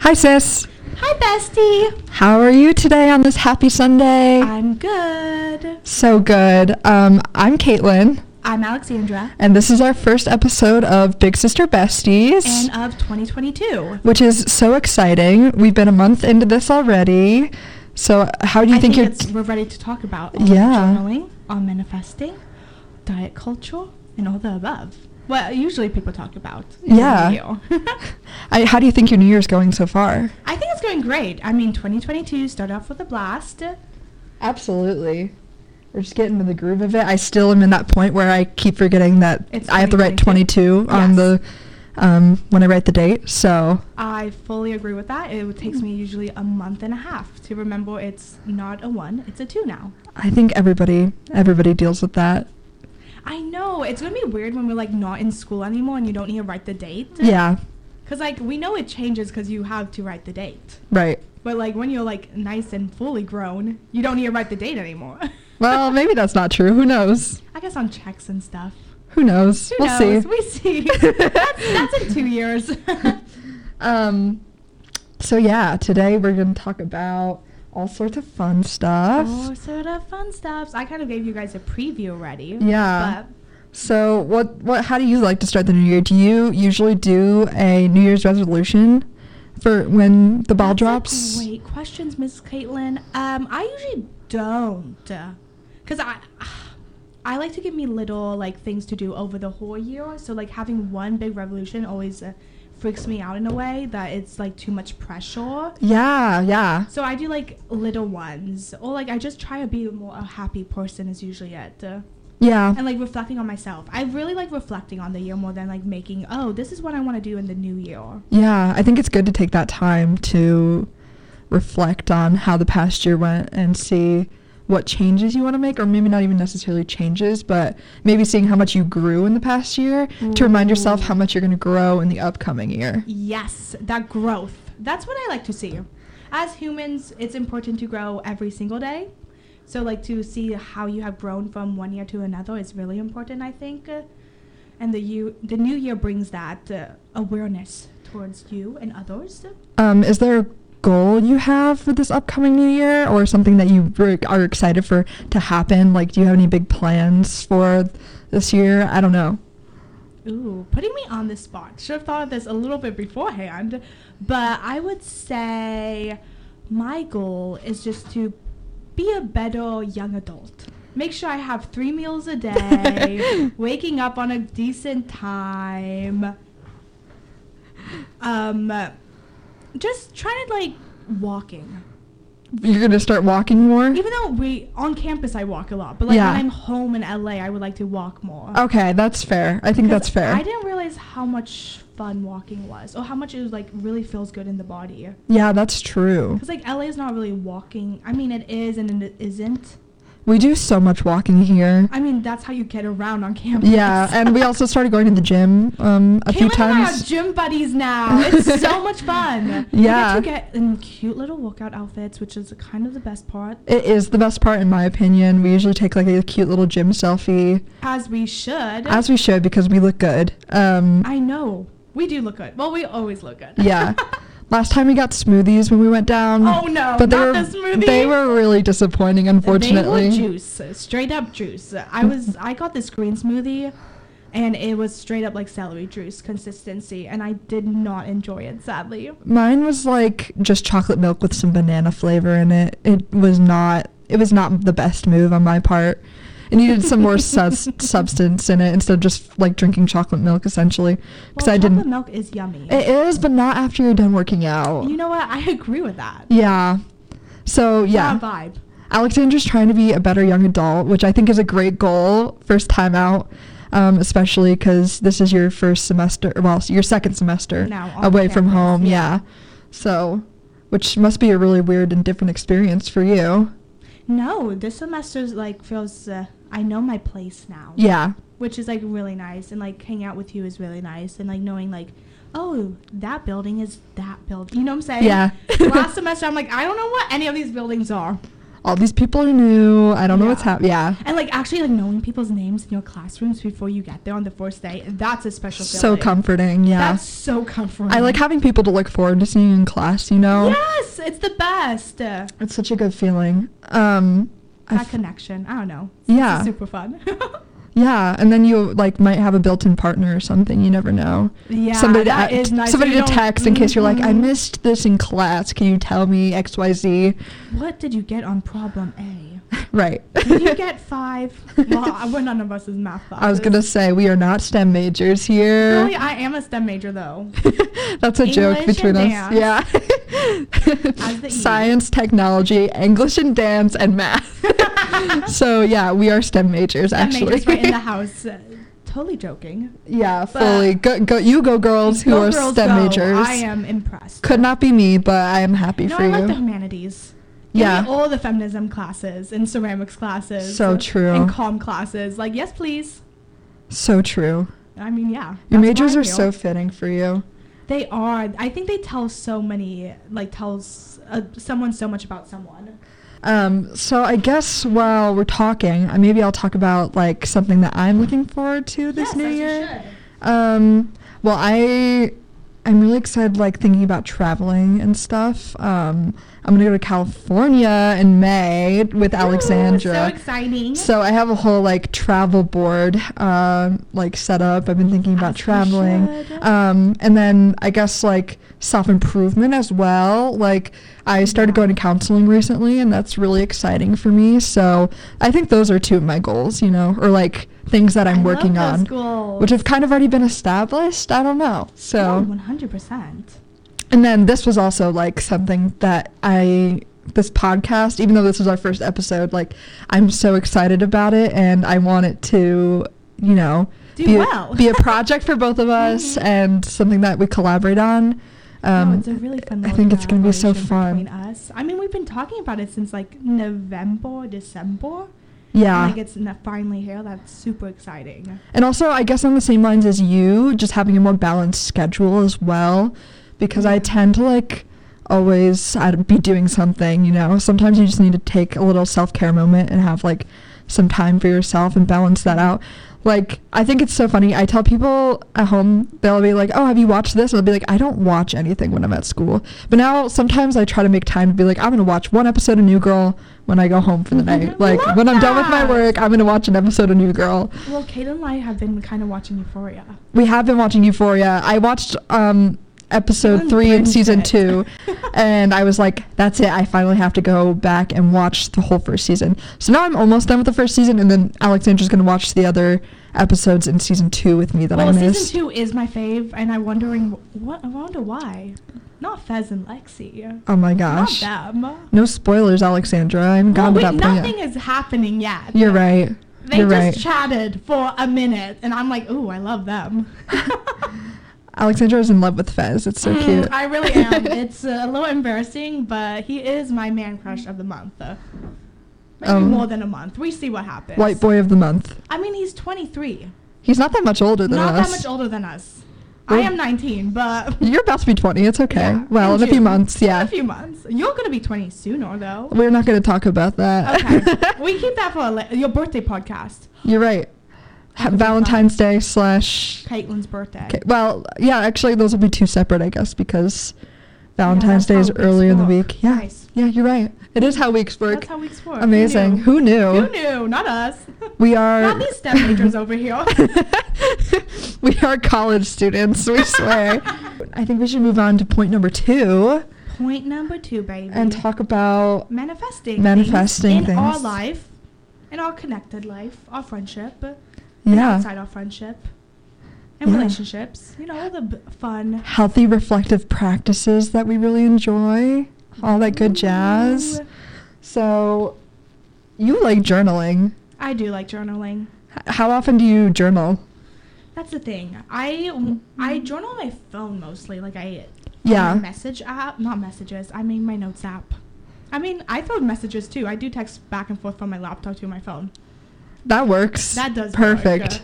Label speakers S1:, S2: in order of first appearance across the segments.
S1: Hi, sis.
S2: Hi, bestie.
S1: How are you today on this happy Sunday?
S2: I'm good.
S1: so good. Um, I'm Caitlin,
S2: I'm Alexandra,
S1: and this is our first episode of Big Sister Besties,
S2: and of 2022.
S1: which is so exciting. We've been a month into this already. So, how do you
S2: I
S1: think,
S2: think
S1: you're?
S2: it's, we're ready to talk about on
S1: Yeah.
S2: journaling, on manifesting, diet culture, and all the above. What usually people talk about. What
S1: Yeah.
S2: do you?
S1: I, how do you think your New Year's going so far?
S2: I think it's going great. I mean, 2022 started off with a blast.
S1: Absolutely. We're just getting in the groove of it. I still am in that point where I keep forgetting that
S2: It's
S1: I have to write 22
S2: 22.
S1: on
S2: Yes.
S1: the um, when I write the date. So
S2: I fully agree with that. It
S1: Mm.
S2: takes me usually a month and a half to remember it's not a one, it's a two now.
S1: I think everybody everybody deals with that.
S2: I know. It's going to be weird when we're like not in school anymore and you don't need to write the date.
S1: Yeah,
S2: Because, like, we know it changes because you have to write the date.
S1: right.
S2: But, like, when you're, like, nice and fully grown, you don't need to write the date anymore.
S1: Well, maybe that's not true. Who knows?
S2: I guess on checks and stuff.
S1: Who knows?
S2: Who
S1: we'll
S2: knows?
S1: see.
S2: We see. that's, that's in two years.
S1: Um, so yeah, today we're gonna talk about all sorts of fun stuff.
S2: oh, sort of fun stuffs. I kind of gave you guys a preview already.
S1: Yeah. So what what how do you like to start the new year? Do you usually do a New Year's resolution for when the
S2: But
S1: ball
S2: that's a
S1: drops?
S2: Great questions, Miss Caitlin. Um, I usually don't. Because I. I like to give me little like things to do over the whole year. So like having one big revolution always uh, freaks me out in a way that it's like too much pressure.
S1: Yeah, yeah.
S2: So I do like little ones, or like I just try to be a more a happy person is usually it. Uh,
S1: Yeah.
S2: and like reflecting on myself. I really like reflecting on the year more than like making oh this is what I want to do in the new year.
S1: Yeah, I think it's good to take that time to reflect on how the past year went and see what changes you want to make, or maybe not even necessarily changes, but maybe seeing how much you grew in the past year to remind yourself how much you're going to grow in the upcoming year.
S2: Yes, that growth. That's what I like to see. As humans, it's important to grow every single day. So, like, to see how you have grown from one year to another is really important, I think. Uh, And the, you, the new year brings that uh, awareness towards you and others.
S1: Um, is there a goal you have for this upcoming new year, or something that you re- are excited for to happen? Like, do you have any big plans for this year? I don't know.
S2: Ooh, putting me on the spot. Should have thought of this a little bit beforehand, but I would say my goal is just to be a better young adult. Make sure I have three meals a day, waking up on a decent time. Um, just trying to like walking.
S1: You're going to start walking more?
S2: Even though we on campus I walk a lot, but like
S1: Yeah.
S2: when I'm home in LA, I would like to walk more.
S1: Okay, that's fair. I think
S2: 'Cause
S1: that's fair.
S2: I didn't realize how much fun walking was, or how much it like really feels good in the body.
S1: Yeah, that's true.
S2: Cause like LA is not really walking. I mean, it is and it isn't.
S1: We do so much walking here.
S2: I mean, that's how you get around on campus.
S1: Yeah, and we also started going to the gym um, a
S2: Caitlin
S1: few
S2: and I are
S1: times.
S2: gym buddies now. It's so much fun.
S1: Yeah.
S2: we get to get in cute little workout outfits, which is kind of the best part.
S1: It is the best part, in my opinion. We usually take like a cute little gym selfie,
S2: As we should.
S1: as we should, because we look good. Um,
S2: I know we do look good. Well, we always look good.
S1: yeah. Last time we got smoothies when we went down.
S2: Oh, no, not
S1: were,
S2: the smoothie.
S1: They were really disappointing, unfortunately.
S2: They were juice, straight up juice. I was I got this green smoothie, and it was straight up like celery juice consistency, and I did not enjoy it sadly.
S1: Mine was like just chocolate milk with some banana flavor in it. It was not. It was not the best move on my part. It needed some more sus- substance in it instead of just like drinking chocolate milk essentially. Because
S2: well,
S1: I
S2: chocolate
S1: didn't. Eh.
S2: milk is yummy.
S1: It is, but not after you're done working out.
S2: you know what? I agree with that.
S1: yeah. So yeah,
S2: Not a vibe.
S1: Alexandra's trying to be a better young adult, which I think is a great goal first time out. Um, especially because this is your first semester, well, your second semester
S2: Now, on
S1: away from
S2: campus,
S1: home.
S2: yeah.
S1: yeah. So, which must be a really weird and different experience for you.
S2: No, this semester's like feels. Uh, I know my place now.
S1: Yeah.
S2: which is like really nice and like hanging out with you is really nice and like knowing like oh that building is that building you know what i'm saying
S1: Yeah.
S2: last semester i'm like i don't know what any of these buildings are
S1: all these people are new. I don't know what's
S2: Yeah.
S1: happening. Yeah.
S2: And like actually like knowing people's names in your classrooms before you get there on the first day, that's a special
S1: So
S2: feeling.
S1: comforting. Yeah.
S2: That's so comforting.
S1: I like having people to look forward to seeing in class, you know?
S2: Yes, it's the best. uh, That
S1: It's such a good feeling. Um, I f-
S2: connection. I don't know.
S1: yeah.
S2: It's super fun.
S1: Yeah, and then you like might have a built-in partner or something. You never know.
S2: yeah.
S1: somebody to,
S2: that
S1: a-
S2: is nice.
S1: somebody to
S2: You don't-
S1: text in case you're like, I
S2: Mhm.
S1: missed this in class. Can you tell me X Y Z?
S2: What did you get on problem A?
S1: Right.
S2: Did you get five? Well, I- we're none of us is math classes.
S1: I was gonna say we are not STEM majors here.
S2: Really, I am a STEM major though.
S1: That's a joke
S2: Oh, English
S1: between us.
S2: and dance. As
S1: Yeah.
S2: the E.
S1: Science, technology, English and dance, and math. so yeah, we are STEM majors
S2: STEM
S1: actually.
S2: majors right in the house. Uh, totally joking.
S1: yeah,
S2: But-
S1: fully. Go, go, you go, girls who
S2: Go
S1: are
S2: girls,
S1: STEM
S2: go.
S1: majors.
S2: I am impressed.
S1: Could not be me, but I am happy
S2: no,
S1: for
S2: I
S1: you.
S2: like the humanities. Give
S1: Yeah.
S2: me all the feminism classes and ceramics classes.
S1: So true.
S2: And calm classes. Like, yes, please.
S1: So true.
S2: I mean, yeah.
S1: Your
S2: that's
S1: majors
S2: how I
S1: are so
S2: feel.
S1: fitting for you.
S2: They are. I think they tell so many. Like, tells uh, someone so much about someone.
S1: Um, so I guess while we're talking, uh, maybe I'll talk about like something that I'm looking forward to this
S2: yes,
S1: new
S2: as you
S1: year.
S2: should.
S1: Um, well, I I'm really excited like thinking about traveling and stuff. Um, I'm gonna go to California in May with Alexandra.
S2: Ooh, so exciting.
S1: So I have a whole like travel board um, like set up. I've been thinking about
S2: As you
S1: traveling,
S2: should.
S1: um, and then I guess like self improvement as well. Like I started
S2: Yeah.
S1: going to counseling recently, and that's really exciting for me. So I think those are two of my goals, you know, or like things that I'm
S2: I
S1: working
S2: love
S1: on,
S2: those goals.
S1: which have kind of already been established. I don't know. So
S2: one hundred percent.
S1: and then this was also like something that I this podcast, even though this was our first episode, like I'm so excited about it and I want it to, you know,
S2: Do
S1: be,
S2: well.
S1: a, be a project for both of us
S2: Mhm.
S1: and something that we collaborate on. Um,
S2: no, it's a really fun.
S1: I
S2: little
S1: think it's going to be so
S2: collaboration
S1: fun.
S2: between us. I mean, we've been talking about it since like November, December.
S1: Yeah.
S2: Like it's n- finally here. That's super exciting.
S1: And also, I guess on the same lines as you, just having a more balanced schedule as well, because I
S2: Yeah.
S1: tend to like always I'd be doing something, you know. Sometimes you just need to take a little self care moment and have like some time for yourself and balance that out. Like I think it's so funny. I tell people at home they'll be like, "Oh, have you watched this?" And I'll be like, "I don't watch anything when I'm at school." But now sometimes I try to make time to be like, "I'm gonna watch one episode of New Girl when I go home for the night." Like
S2: Love
S1: when I'm done with my
S2: that.
S1: work, I'm gonna watch an episode of New Girl.
S2: Well, Kate and I have been kind of watching Euphoria.
S1: We have been watching Euphoria. I watched um episode
S2: Someone
S1: three in
S2: binged
S1: season
S2: it.
S1: two, and I was like, "That's it! I finally have to go back and watch the whole first season." So now I'm almost done with the first season, and then Alexandra's gonna watch the other episodes in season two with me that
S2: well,
S1: I missed.
S2: season two is my fave, and I'm wondering wh- what. I wonder why. Not Fez and Lexi.
S1: Oh my gosh!
S2: Not them.
S1: No spoilers, Alexandra. I'm
S2: Well,
S1: gone
S2: wait,
S1: to that point.
S2: nothing is happening yet.
S1: You're right.
S2: They
S1: You're right.
S2: just chatted for a minute, and I'm like, ooh, I love them.
S1: Alexandra is in love with Fez. It's so
S2: Mm,
S1: cute.
S2: I really am. it's a little embarrassing, but he is my man crush of the month. Uh, Maybe
S1: Um,
S2: more than a month. We see what happens.
S1: White boy of the month.
S2: I mean, he's 23.
S1: He's not that much older than
S2: Not
S1: us.
S2: that much older than us. I
S1: Well-
S2: am 19, but.
S1: You're about to be 20. It's okay.
S2: Yeah,
S1: well, in a few
S2: June.
S1: months, yeah.
S2: In a few months. You're going to be 20 sooner, though.
S1: We're not going to talk about that.
S2: Okay. we keep that for a la- your birthday podcast.
S1: You're right. Ha- Valentine's Day slash.
S2: Caitlin's birthday.
S1: Okay. Well, yeah. Actually, those will be two separate, I guess, because
S2: that's
S1: Valentine's Day
S2: how
S1: is
S2: weeks
S1: earlier in the
S2: work.
S1: week. Yeah.
S2: Nice.
S1: Yeah, you're right. It is how weeks work.
S2: That's how weeks work. Who
S1: Amazing.
S2: knew?
S1: Who knew?
S2: Who knew? Not us.
S1: We are.
S2: Not these STEM majors over here.
S1: we are college students. We swear. I think we should move on to point number two
S2: Point number two, baby.
S1: and talk about
S2: manifesting
S1: Manifesting
S2: things in our
S1: things.
S2: life, in our connected life, our friendship, and
S1: yeah,
S2: outside our friendship, and
S1: Yeah.
S2: relationships. You know, the b- fun,
S1: healthy reflective practices that we really enjoy. All that good jazz.
S2: Ooh.
S1: So, you like journaling.
S2: I do like journaling.
S1: H- How often do you journal?
S2: That's the thing. I I journal on my phone mostly. Like I on
S1: Mm-hmm. Yeah.
S2: my message app, not messages. I mean my notes app. I mean I throw messages too. I do text back and forth from my laptop to my phone.
S1: That works.
S2: That does work.
S1: perfect.
S2: Uh,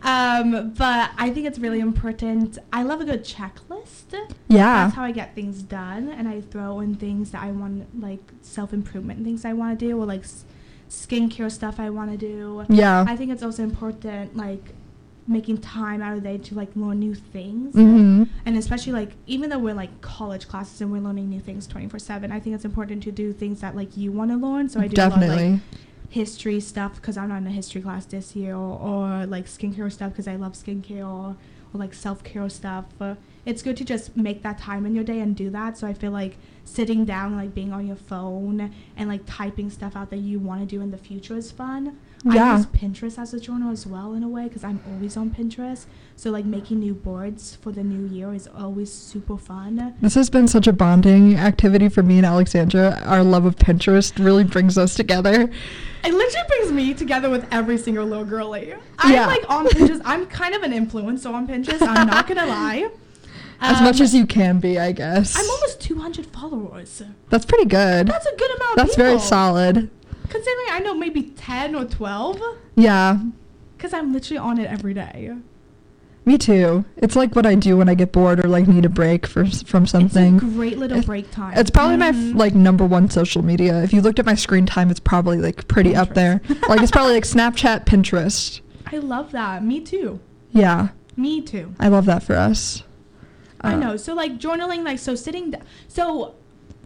S2: Um, but I think it's really important. I love a good checklist.
S1: Yeah.
S2: That's how I get things done, and I throw in things that I want, like self improvement things I want to do, or like s- skincare stuff I want to do.
S1: Yeah.
S2: I think it's also important, like making time out of the day to like learn new things,
S1: hmm
S2: and especially like even though we're like college classes and we're learning new things twenty four seven, I think it's important to do things that like you want to learn. So I do a lot of,
S1: Definitely.
S2: like history stuff because I'm not in a history class this year, or, or like skincare stuff because I love skincare, or, or like self care stuff. Uh, it's good to just make that time in your day and do that. So I feel like sitting down, like being on your phone and like typing stuff out that you want to do in the future is fun. I
S1: Yeah.
S2: use Pinterest as a journal as well in a way because I'm always on Pinterest. So like making new boards for the new year is always super fun.
S1: This has been such a bonding activity for me and Alexandra. Our love of Pinterest really brings us together.
S2: It literally brings me together with every single little girly. I'm
S1: Yeah.
S2: like on Pinterest. I'm kind of an influencer on Pinterest. I'm not gonna lie.
S1: as
S2: Um,
S1: much as you can be, I guess.
S2: I'm almost 200 followers.
S1: That's pretty good.
S2: That's a good amount.
S1: That's
S2: of people.
S1: very solid.
S2: Considering I know maybe 10 or 12,
S1: Yeah.
S2: because I'm literally on it every day.
S1: Me too. It's like what I do when I get bored or like need a break for, from
S2: It's a
S1: something.
S2: great little
S1: It's-
S2: break time.
S1: It's probably my
S2: Mhm.
S1: f- like number one social media. If you looked at my screen time, it's probably like pretty up there.
S2: Pinterest.
S1: like it's probably like Snapchat, Pinterest.
S2: I love that. Me too.
S1: Yeah.
S2: Me too.
S1: I love that for us.
S2: I
S1: Uh,
S2: know. So like journaling, like so sitting. D- so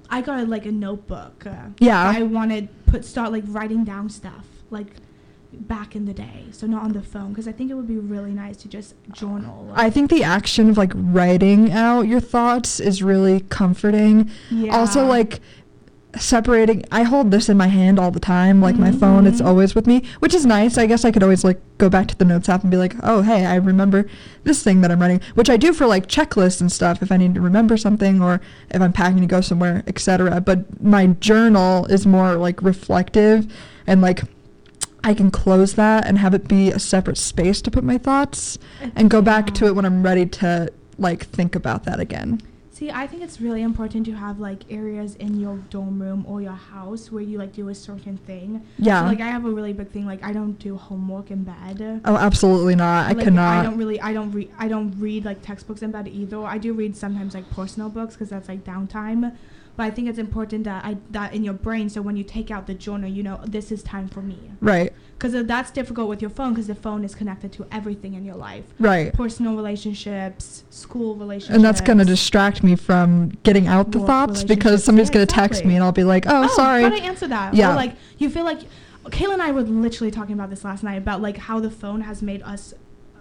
S2: I got like a notebook. Uh,
S1: Yeah.
S2: I wanted put start like writing down stuff like back in the day. So not on the phone because I think it would be really nice to just journal.
S1: I think the action of like writing out your thoughts is really comforting.
S2: Yeah.
S1: Also, like separating, I hold this in my hand all the time, like my phone, it's
S2: Mhm.
S1: always with me, which is nice. I guess I could always like go back to the notes app and be like, oh, hey, I remember this thing that I'm writing, which I do for like checklists and stuff if I need to remember something or if I'm packing to go somewhere, etc. But my journal is more like reflective and like. I can close that and have it be a separate space to put my thoughts and go back to it when I'm ready to like think about that again.
S2: See, I think it's really important to have like areas in your dorm room or your house where you like do a certain thing.
S1: Yeah.
S2: So, like I have a really big thing. Like I don't do homework in bed.
S1: Oh, absolutely not. I
S2: like,
S1: cannot.
S2: I don't really. I don't read. I don't read like textbooks in bed either. I do read sometimes like personal books because that's like downtime. But I think it's important that I that in your brain. So when you take out the journal, you know this is time for me.
S1: right.
S2: Because that's difficult with your phone because the phone is connected to everything in your life.
S1: Right.
S2: Personal relationships, school relationships.
S1: And that's going to distract me from getting out the
S2: Work
S1: thoughts because
S2: relationships.
S1: somebody's
S2: Yeah,
S1: going to text
S2: exactly.
S1: me and I'll be like, oh,
S2: How do I
S1: sorry.
S2: answer that?
S1: Yeah.
S2: Or like you feel like Kayla and I were literally talking about this last night about like how the phone has made us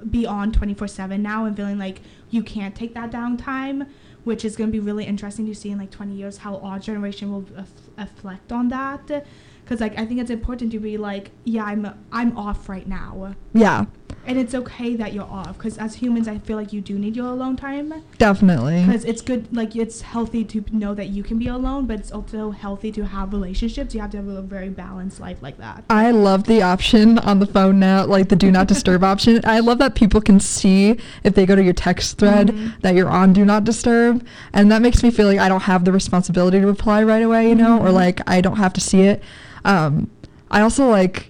S2: be on 24/7 now and feeling like you can't take that downtime, which is going to be really interesting to see in like 20 years how our generation will ref- reflect on that. Cause like I think it's important to be like, yeah, I'm I'm off right now,
S1: Yeah,
S2: and it's okay that you're off. Cause as humans, I feel like you do need your alone time
S1: definitely.
S2: because it's good like it's healthy to know that you can be alone but it's also healthy to have relationships you have to have a very balanced life like that
S1: I love the option on the phone now, like the do not disturb option. I love that people can see if they go to your text thread
S2: Mhm.
S1: that you're on do not disturb. And that makes me feel like I don't have the responsibility to reply right away, you know, or
S2: Mhm.
S1: like I don't have to see it. Um, I also like,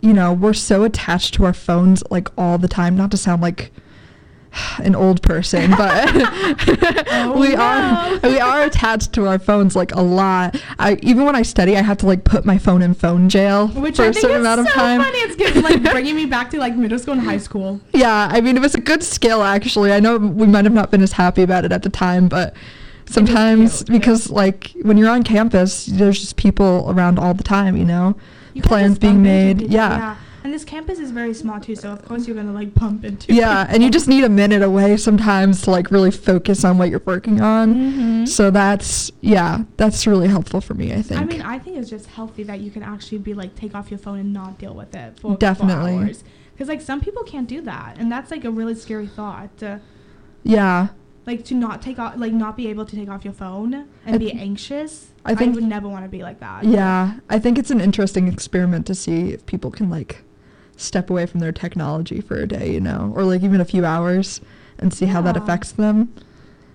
S1: you know, we're so attached to our phones like all the time, not to sound like an old person, but
S2: Oh,
S1: we
S2: no.
S1: are we are attached to our phones like a lot. I even when I study, I have to like put my phone in phone jail
S2: which
S1: for
S2: I
S1: a
S2: think is
S1: certain amount
S2: so
S1: of time.
S2: funny. It's good, like bringing me back to like middle school and high school.
S1: yeah, I mean it was a good skill actually. I know we might have not been as happy about it at the time, but sometimes
S2: cute, yeah.
S1: because like when you're on campus, there's just people around all the time, you know.
S2: You can't
S1: Plans
S2: just
S1: being
S2: bump into
S1: made.
S2: people,
S1: Yeah.
S2: And this campus is very small too, so of course you're gonna like bump into.
S1: yeah and you just need a minute away sometimes to like really focus on what you're working on
S2: Mhm.
S1: Mm-hmm. so that's yeah that's really helpful for me i think
S2: I mean, I think it's just healthy that you can actually be like take off your phone and not deal with it for
S1: Definitely.
S2: Because like some people can't do that, and that's like a really scary thought. Uh,
S1: yeah
S2: like to not take off like not be able to take off your phone and
S1: I
S2: be
S1: th-
S2: anxious
S1: I think-
S2: would never want to be like that
S1: yeah i think it's an interesting experiment to see if people can like step away from their technology for a day you know or like even a few hours and see how that
S2: Yeah.
S1: affects them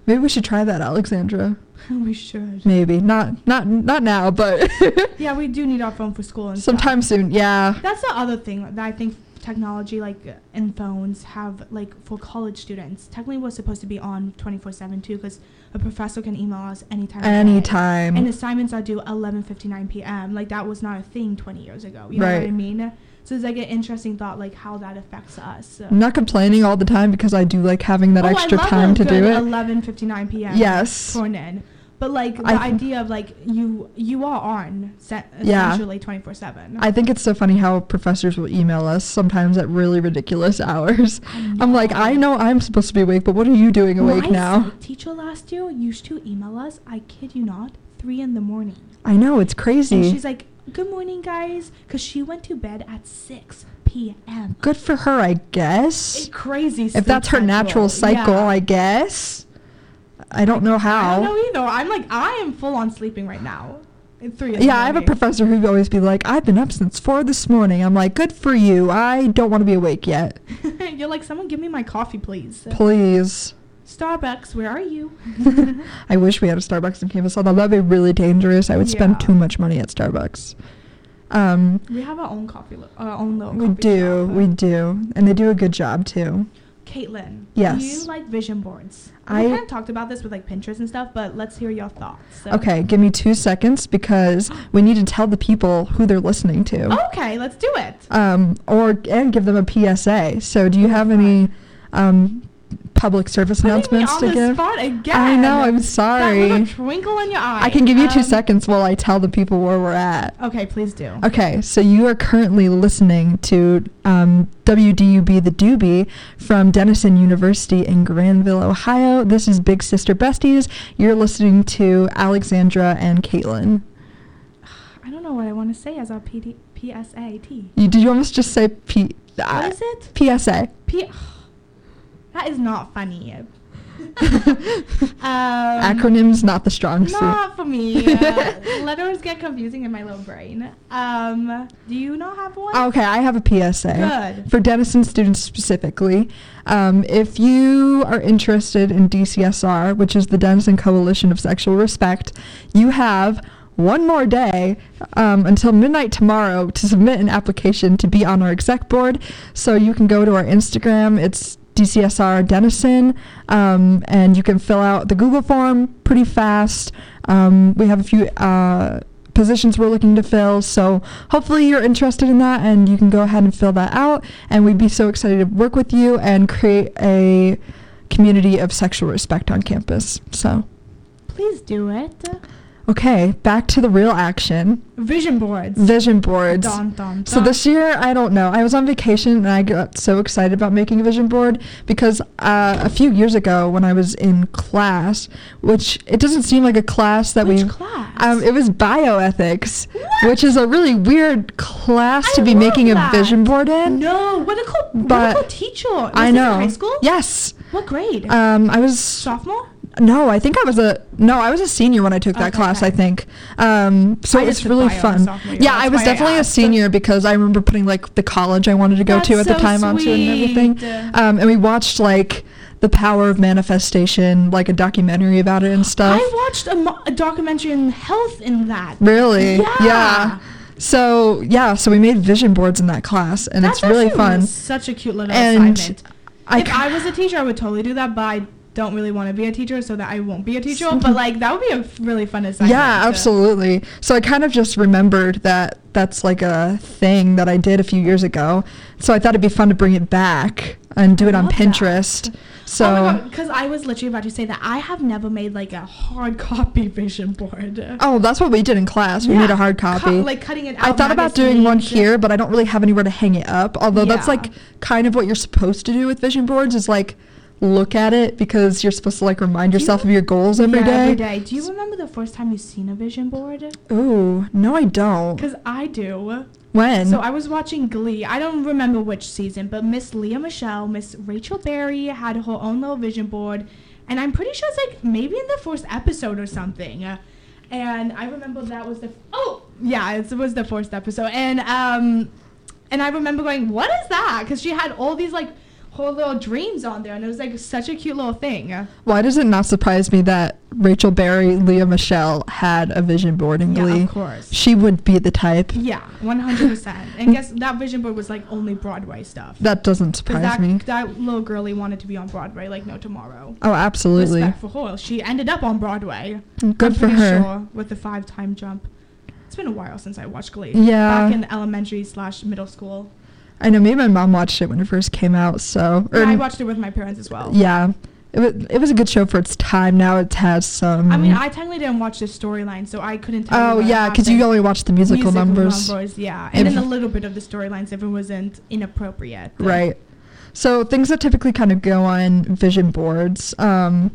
S1: maybe we should try that alexandra
S2: we should
S1: maybe not not not now but
S2: yeah we do need our phone for school and stuff.
S1: sometime soon yeah
S2: that's the other thing that i think technology like and phones have like for college students technically we're supposed to be on 24-7 too because a professor can email us anytime of day.
S1: Anytime.
S2: and assignments are due 11.59 p.m like that was not a thing 20 years ago you know what i
S1: Right.
S2: mean so it's like an interesting thought like how that affects us
S1: I'm not complaining all the time because I do like having that
S2: Oh, I
S1: extra
S2: love
S1: time
S2: a
S1: to
S2: good
S1: do it.
S2: 11:59 p.m.
S1: Yes.
S2: Torn in. But like the
S1: I th-
S2: idea of like you you are on se-
S1: Yeah.
S2: essentially 24/7.
S1: I think it's so funny how professors will email us sometimes at really ridiculous hours.
S2: I
S1: I'm like, I know I'm supposed to be awake, but what are you doing awake
S2: My
S1: now?
S2: psych teacher last year used to email us. I kid you not, three in the morning.
S1: I know it's crazy.
S2: And she's like, "Good morning, guys," because she went to bed at 6 p.m.
S1: Good for her, I
S2: It's
S1: guess.
S2: crazy.
S1: If that's her natural cycle, I guess. I don't know
S2: I
S1: how.
S2: don't know either. I'm like, I am full on sleeping right now. At three. in the
S1: yeah, I have a
S2: morning.
S1: professor who'd always be like, I've been up since four this morning. I'm like, good for you. I don't want to be awake yet.
S2: You're like, someone give me my coffee, please.
S1: Please.
S2: Starbucks, where are you? Mm-hmm.
S1: I wish we had a Starbucks in campus, although that'd be really dangerous. I would
S2: Yeah.
S1: spend too much money at Starbucks. Um,
S2: we have our own coffee, lo- our own little.
S1: we
S2: coffee
S1: do,
S2: shop.
S1: we do, and they do a good job too.
S2: Caitlin,
S1: Yes.
S2: do you like vision boards? I
S1: I-
S2: we kind of talked about this with like Pinterest and stuff, but let's hear your thoughts. So-
S1: Okay, give me two seconds because we need to tell the people who they're listening to.
S2: Okay, let's do it.
S1: um, or and give them a PSA. So, do you have any um, public service
S2: Putting me
S1: announcements
S2: on
S1: to
S2: the
S1: give?
S2: spot again.
S1: I know. I'm
S2: That little
S1: sorry.
S2: twinkle in your eye.
S1: I can give you two
S2: Um,
S1: seconds while I tell the people where we're at.
S2: Okay, please do.
S1: Okay, so you are currently listening to um, WDUB The Doobie from Denison University in Granville, Ohio. This is Big Sister Besties. You're listening to Alexandra and Caitlin.
S2: I don't know what I want to say as our PD- PSAT.
S1: You, did you almost just say P?
S2: What is it?
S1: PSA.
S2: P- that is not funny.
S1: Acronyms not the strong suit.
S2: Um, Not for me. Uh, letters get confusing in my little brain. Um, do you not have one?
S1: Okay, I have a PSA
S2: Good.
S1: for Denison students specifically. Um, if you are interested in DCSR, which is the Denison Coalition of Sexual Respect, you have one more day um, until midnight tomorrow to submit an application to be on our exec board. So you can go to our Instagram. It's DCSR Denison, um, and you can fill out the Google form pretty fast. Um, we have a few. Uh, positions we're looking to fill. So hopefully you're interested in that and you can go ahead and fill that out. And we'd be so excited to work with you and create a community of sexual respect on campus. So,
S2: Please do it.
S1: okay, back to the real action
S2: Vision boards.
S1: vision boards.
S2: Dun, dun,
S1: So
S2: dun.
S1: this year, I don't know. I was on vacation and I got so excited about making a vision board because uh, a few years ago, when I was in class, which it doesn't seem like a class that
S2: Which
S1: we
S2: class?
S1: um, it was bioethics,
S2: What?
S1: which is a really weird class
S2: I
S1: to be
S2: love
S1: making
S2: that.
S1: a vision board in.
S2: No, what a cool, what a
S1: But-
S2: cool teacher. Was
S1: I
S2: this in
S1: know.
S2: High school.
S1: Yes.
S2: What grade?
S1: Um, I was
S2: Sophomore.
S1: no, I think I was a no, I was a senior when I took that
S2: Okay,
S1: class. I
S2: okay.
S1: think. Um, so
S2: I
S1: it was
S2: just took
S1: really
S2: bio in
S1: fun.
S2: sophomore year,
S1: Yeah, I
S2: that's
S1: was
S2: why I
S1: definitely a
S2: asked.
S1: senior because I remember putting like the college I wanted to go to at
S2: That's
S1: the
S2: so
S1: time onto and everything.
S2: sweet.
S1: Um, and we watched like the power of manifestation, like a documentary about it and stuff.
S2: I watched a, mo- a documentary on health in that.
S1: Really?
S2: Yeah.
S1: So yeah, so we made vision boards in that class, and
S2: That's
S1: it's really
S2: actually
S1: fun.
S2: Such a cute little
S1: And
S2: assignment.
S1: I
S2: if
S1: c-
S2: I was a teacher, I would totally do that, but I don't really want to be a teacher, so that I won't be a teacher. but like that would be a f- really fun assignment.
S1: yeah,
S2: to-
S1: absolutely. So I kind of just remembered that that's like a thing that I did a few years ago. So I thought it'd be fun to bring it back and do it on
S2: love that.
S1: Pinterest. So
S2: Oh because I was literally about to say that I have never made like a hard copy vision board.
S1: oh, that's what we did in class. We made
S2: Yeah.
S1: a hard
S2: Cut-
S1: copy.
S2: like cutting it out.
S1: I thought about doing one
S2: magazines.
S1: here, but I don't really have anywhere to hang it up. Although that's
S2: Yeah.
S1: like kind of what you're supposed to do with vision boards is like look at it because you're supposed to like remind
S2: Do you-
S1: yourself of your goals every
S2: yeah,
S1: day.
S2: Every day. Do you remember the first time you seen a vision board?
S1: Ooh, no, I don't.
S2: Because I do.
S1: When?
S2: So I was watching Glee. I don't remember which season, but Miss Leah Michelle, Miss Rachel Berry had her own little vision board, and I'm pretty sure it's like maybe in the first episode or something. And I remember that was the oh yeah, it was the first episode, and um, and I remember going, what is that? Because she had all these like whole little dreams on there, and it was like such a cute little thing.
S1: Why does it not surprise me that Rachel Berry, Leah Michelle had a vision board in Glee?
S2: Yeah, of course.
S1: She would be the type.
S2: Yeah, one hundred percent. And guess that vision board was like only Broadway stuff.
S1: That doesn't
S2: 'Cause
S1: surprise
S2: that,
S1: me.
S2: that little girlie wanted to be on Broadway, like no tomorrow.
S1: Oh, absolutely.
S2: Respect for her. She ended up on Broadway.
S1: Good
S2: I'm
S1: for
S2: pretty
S1: her.
S2: Sure, with the five-time jump. It's been a while since I watched Glee.
S1: Yeah.
S2: Back in elementary slash middle school.
S1: I know me and my mom watched it when it first came out, so or
S2: And I
S1: n-
S2: watched it with my parents as well.
S1: yeah. It was, it was a good show for its time. Now it has some.
S2: I mean, I technically didn't watch the storyline, so I couldn't tell.
S1: oh
S2: what
S1: yeah, because you
S2: happened.
S1: only watched the musical, numbers,
S2: yeah. And
S1: If-
S2: then a little bit of the storylines if it wasn't inappropriate.
S1: right? So things that typically kind of go on vision boards. Um,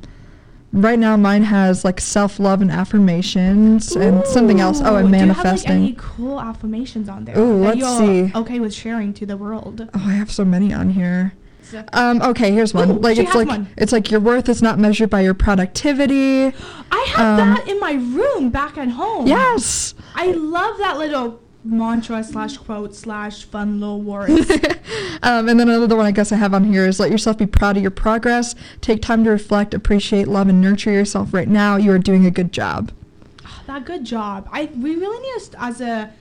S1: right now, mine has like self love and affirmations and something else. Oh, and
S2: Ooh,
S1: manifesting.
S2: Do you have like, any cool affirmations on there?
S1: Ooh,
S2: that
S1: let's
S2: you're
S1: see.
S2: Okay, with sharing to the world.
S1: Oh, I have so many on here.
S2: So-
S1: Um, okay, here's one.
S2: Ooh,
S1: like
S2: she
S1: it's
S2: has
S1: like
S2: one.
S1: it's like your worth is not measured by your productivity.
S2: I have
S1: um,
S2: that in my room back at home.
S1: Yes.
S2: I love that little mantra slash quote slash fun little words.
S1: um, and then another one I guess I have on here is let yourself be proud of your progress. Take time to reflect, appreciate, love, and nurture yourself right now. You are doing a good job.
S2: Ah, that good job. I we really need to st- as a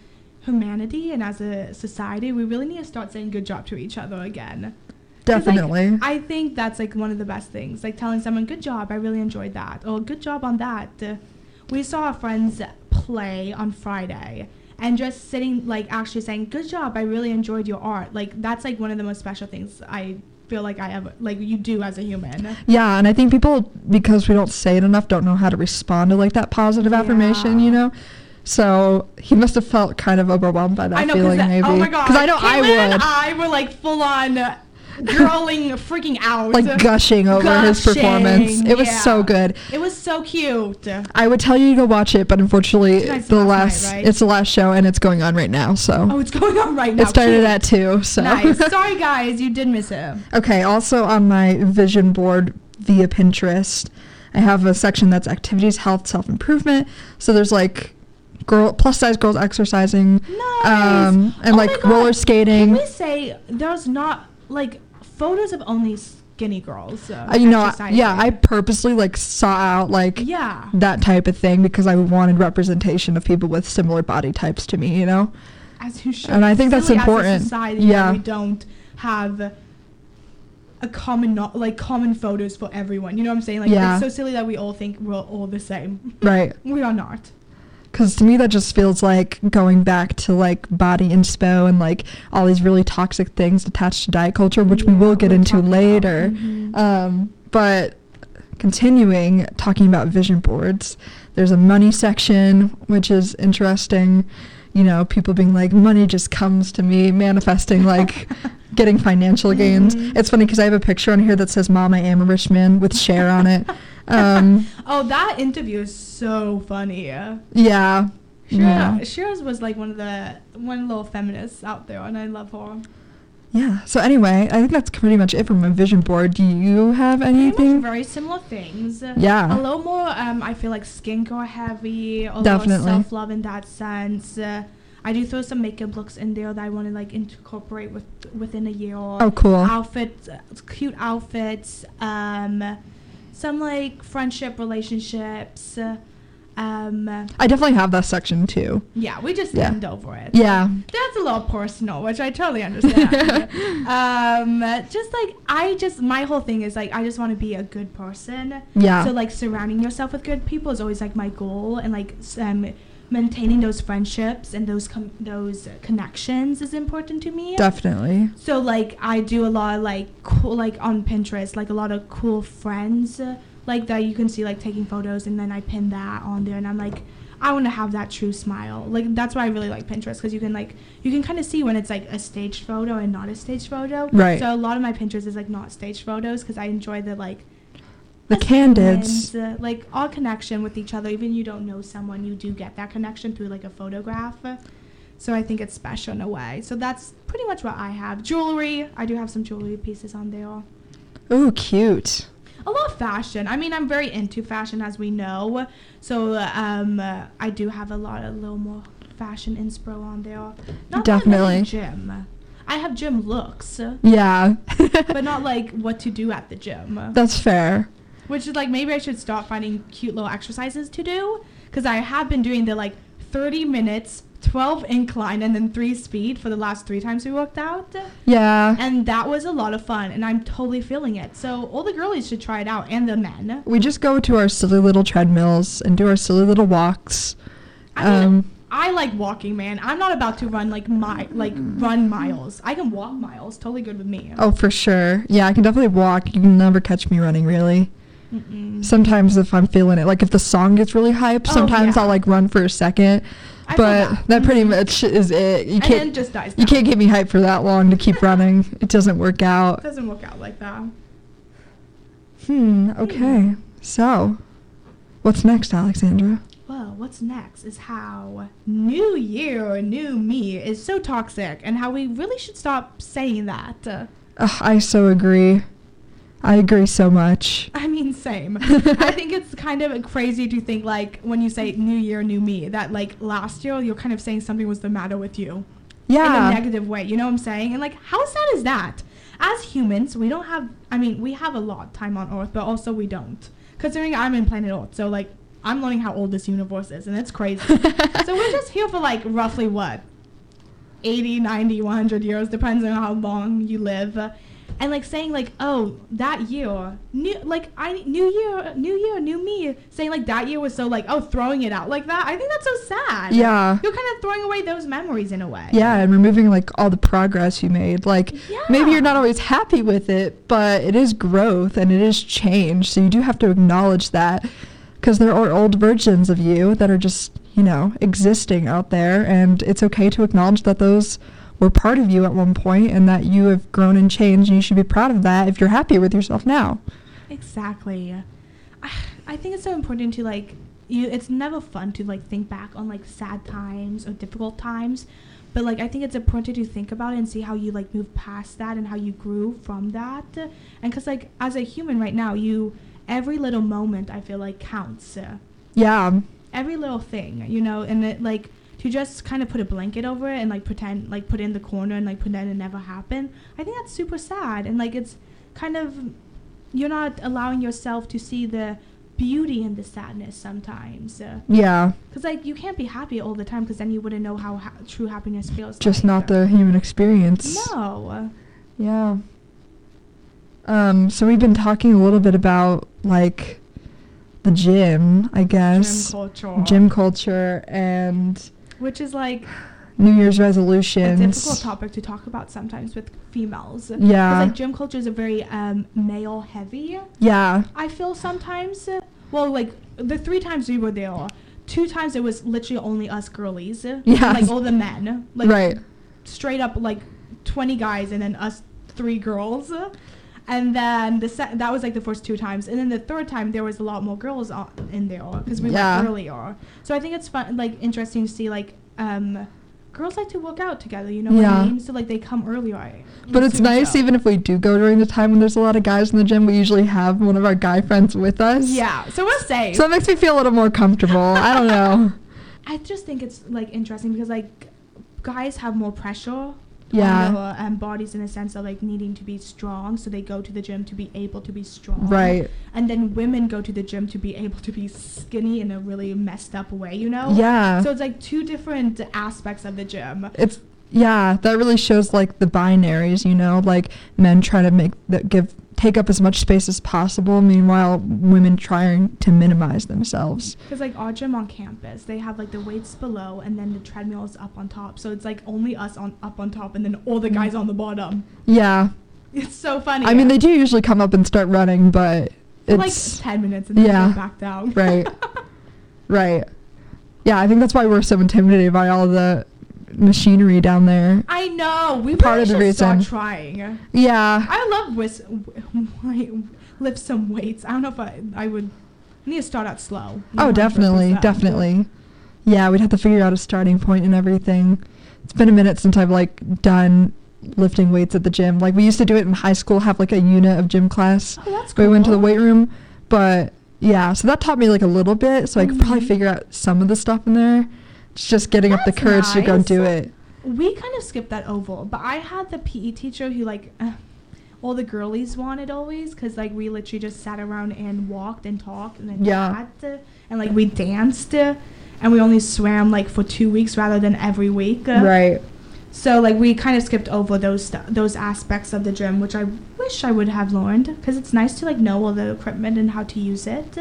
S2: humanity and as a society, we really need to start saying good job to each other again. 'Cause, like,
S1: Definitely.
S2: I think that's like one of the best things. Like telling someone, "Good job, I really enjoyed that," or "Good job on that." Uh, We saw our friends play on Friday, and just sitting like actually saying, "Good job, I really enjoyed your art." Like that's like one of the most special things I feel like I ever like you do as a human.
S1: yeah, and I think people because we don't say it enough don't know how to respond to like that positive affirmation,
S2: Yeah.
S1: you know. So he must have felt kind of overwhelmed by that
S2: I know,
S1: feeling,
S2: cause that-
S1: maybe.
S2: oh my god,
S1: Because I know
S2: Caitlin
S1: I
S2: And
S1: would.
S2: I were like full on, uh, girling, freaking out,
S1: like gushing over his performance.
S2: Gushing,
S1: It was
S2: yeah.
S1: so good.
S2: It was so cute. Oh,
S1: I would tell you to go watch it, but unfortunately,
S2: Tonight's
S1: the
S2: last night,
S1: last
S2: right?
S1: it's the last show and it's going on right now. So
S2: Oh, it's going on right now.
S1: it started
S2: Cute.
S1: at two. So
S2: nice. Sorry, guys, you did miss it.
S1: okay. Also on my vision board via Pinterest, I have a section that's activities, health, self improvement. So there's like girl plus size girls exercising,
S2: Nice.
S1: um, and
S2: Oh my
S1: like
S2: God.
S1: roller
S2: Can
S1: skating.
S2: we say there's not like photos of only skinny girls? Uh,
S1: Uh, you know, I-
S2: exercising?
S1: yeah, I purposely like saw out like
S2: yeah.
S1: that type of thing because I wanted representation of people with similar body types to me. You know.
S2: As you should.
S1: And I think that's
S2: Silly As
S1: important.
S2: a society, yeah,
S1: Yeah.
S2: we don't have a common no- like common photos for everyone. You know what I'm saying? Like
S1: Yeah.
S2: it's so silly that we all think we're all the same.
S1: Right.
S2: We are not.
S1: Because to me, that just feels like going back to like body inspo and like all these really toxic things attached to diet culture, which we
S2: Yeah,
S1: will get
S2: we'll
S1: into
S2: talk about-
S1: later.
S2: mhm.
S1: Um, but continuing talking about vision boards, there's a money section, which is interesting. You know, people being like, money just comes to me, manifesting like getting financial gains.
S2: Mhm.
S1: It's funny because I have a picture on here that says, Mom, I am a rich man with Cher on it. Um,
S2: Oh, that interview is so funny. Yeah.
S1: yeah.
S2: Shira, Shira's was like one of the one little feminists out there, and I love her.
S1: Yeah. So anyway, I think that's pretty much it for my vision board. Do you have
S2: Pretty much
S1: anything?
S2: very similar things.
S1: Yeah.
S2: A little more, um, I feel like skincare heavy, a lot of
S1: Definitely.
S2: self love in that sense. Uh, I do throw some makeup looks in there that I want to like incorporate with within a year.
S1: Oh, cool.
S2: Outfits, uh, cute outfits, um, some like friendship relationships. uh, Um,
S1: I definitely have that section too.
S2: yeah, we just
S1: Yeah.
S2: end over it.
S1: Yeah.
S2: That's a little personal, which I totally understand. um, just like I just my whole thing is like I just want to be a good person.
S1: Yeah.
S2: So like surrounding yourself with good people is always like my goal, and like s- um, maintaining those friendships and those com- those connections is important to me.
S1: Definitely.
S2: So like I do a lot of like cool like on Pinterest like a lot of cool friends uh, like that you can see like taking photos and then I pin that on there and I'm like I want to have that true smile like that's why I really like Pinterest because you can like you can kind of see when it's like a staged photo and not a staged photo
S1: Right.
S2: so a lot of my Pinterest is like not staged photos because I enjoy the like
S1: The candids.
S2: friends, uh, like all connection with each other even you don't know someone you do get that connection through like a photograph so i think it's special in a way so that's pretty much what i have jewelry i do have some jewelry pieces on there
S1: Ooh, cute.
S2: a lot of fashion i mean i'm very into fashion as we know so um uh, i do have a lot a little more fashion inspo on there Not that
S1: Definitely.
S2: many gym I have gym looks,
S1: Yeah.
S2: but not like what to do at the gym.
S1: That's fair.
S2: Which is like maybe I should start finding cute little exercises to do because I have been doing the like 30 minutes, 12 incline, and then three speed for the last three times we worked out.
S1: Yeah.
S2: And that was a lot of fun, and I'm totally feeling it. So all the girlies should try it out, and the men.
S1: we just go to our silly little treadmills and do our silly little walks.
S2: I mean,
S1: Um,
S2: I like walking, man. I'm not about to run like my like run miles. I can walk miles, totally good with me.
S1: Oh, for sure. Yeah, I can definitely walk. You can never catch me running, really.
S2: Mm-mm.
S1: Sometimes if I'm feeling it, like if the song gets really hype,
S2: Oh,
S1: sometimes
S2: yeah.
S1: I'll like run for a second.
S2: I feel
S1: but
S2: that.
S1: that. pretty
S2: Mhm.
S1: much is it. You
S2: and then
S1: can't
S2: just dies.
S1: you
S2: down.
S1: can't get me hype for that long to keep running. It doesn't work
S2: It
S1: out.
S2: doesn't work out like that.
S1: Hmm. Okay.
S2: Mm-hmm.
S1: So, what's next, Alexandra?
S2: Well, what's next is how new year, new me is so toxic, and how we really should stop saying that. Uh,
S1: Ugh, I so agree. I agree so much.
S2: I mean, same. I think it's kind of crazy to think like when you say new year, new me, that like last year you're kind of saying something was the matter with you.
S1: Yeah.
S2: in a negative way. You know what I'm saying? And like, how sad is that? As humans, we don't have. I mean, we have a lot of time on Earth, but also we don't. Considering I'm in planet Earth, so like, I'm learning how old this universe is, and it's crazy. so we're just here for like roughly what 80, 90, 100 years, depends on how long you live. And like saying like, oh, that year, new like I new year, new year, new me. Saying like that year was so like, oh, throwing it out like that. I think that's so sad.
S1: Yeah.
S2: you're kind of throwing away those memories in a way.
S1: Yeah, and removing like all the progress you made. Like maybe
S2: Yeah.
S1: you're not always happy with it, but it is growth and it is change. So you do have to acknowledge that because there are old versions of you that are just, you know, existing out there and it's okay to acknowledge that those were part of you at one point and that you have grown and changed and you should be proud of that if you're happy with yourself now.
S2: Exactly. I, I think it's so important to like you it's never fun to like think back on like sad times or difficult times, but like I think it's important to think about it and see how you like move past that and how you grew from that. And cuz like as a human right now, you every little moment I feel like counts.
S1: Yeah.
S2: Every little thing, you know, and it like to just kind of put a blanket over it and like pretend like put it in the corner and like pretend it never happened. I think that's super sad and like it's kind of you're not allowing yourself to see the beauty in the sadness sometimes because
S1: Yeah.
S2: like you can't be happy all the time because then you wouldn't know how ha- true happiness feels
S1: Just
S2: like.
S1: not the human experience.
S2: no uh,
S1: Yeah. Um, so we've been talking a little bit about like the gym, I guess.
S2: gym culture
S1: Gym culture and
S2: which is like
S1: New Year's
S2: a
S1: resolutions.
S2: difficult topic to talk about sometimes with females 'Cause,
S1: Yeah.
S2: like gym culture is a very um, male heavy
S1: Yeah.
S2: I feel sometimes. Well, like the three times we were there, two times it was literally only us girlies. and,
S1: Yeah.
S2: Like all the men. Like
S1: right.
S2: straight up like 20 guys and then us three girls. And then the se- that was like the first two times, and then the third time there was a lot more girls on, in there because we
S1: Yeah.
S2: went earlier. So I think it's fun, like interesting to see like um, girls like to work out together. You know what
S1: Yeah.
S2: I mean? So like they come earlier. I-
S1: But
S2: I
S1: it's
S2: assume
S1: nice
S2: so.
S1: even if we do go during the time when there's a lot of guys in the gym, we usually have one of our guy friends with us.
S2: Yeah, so we're safe.
S1: So that makes me feel a little more comfortable. I don't know.
S2: I just think it's like interesting because like guys have more pressure
S1: Yeah.
S2: on their um, bodies in a sense of like needing to be strong, so they go to the gym to be able to be strong.
S1: Right.
S2: And then women go to the gym to be able to be skinny in a really messed up way, you know?
S1: Yeah.
S2: So it's like two different aspects of the gym.
S1: it's yeah that really shows like the binaries you know like men try to make that give take up as much space as possible meanwhile women trying to minimize themselves
S2: Because like our gym on campus, they have like the weights below and then the treadmill is up on top. So it's like only us on up on top and then all the guys on the bottom.
S1: yeah
S2: It's so funny.
S1: Mm. i mean they do usually come up and start running but
S2: For,
S1: it's
S2: like ten minutes and then
S1: yeah.
S2: they go back down.
S1: right right yeah i think that's why we're so intimidated by all the machinery down there
S2: I know. We
S1: Part
S2: really
S1: of the
S2: should start
S1: reason.
S2: trying.
S1: yeah
S2: I love whis- w- lift some weights. I don't know if I I would I need to start out slow.
S1: oh
S2: 100%.
S1: definitely definitely yeah we'd have to figure out a starting point and everything it's been a minute since i've like done lifting weights at the gym like we used to do it in high school have like a unit of gym class
S2: Oh, that's
S1: we went to the
S2: cool.
S1: weight room but yeah so that taught me like a little bit so i could probably
S2: Mhm.
S1: figure out some of the stuff in there it's just getting up the
S2: That's
S1: courage to go
S2: nice.
S1: do it
S2: we kind of skipped that oval, but I had the PE teacher who like uh, all the girlies wanted always because like we literally just sat around and walked and talked and then
S1: Yeah.
S2: chatted, and like we danced uh, and we only swam like for two weeks rather than every week. uh,
S1: Right.
S2: So like we kind of skipped over those stu- those aspects of the gym, which I wish I would have learned because it's nice to like know all the equipment and how to use it.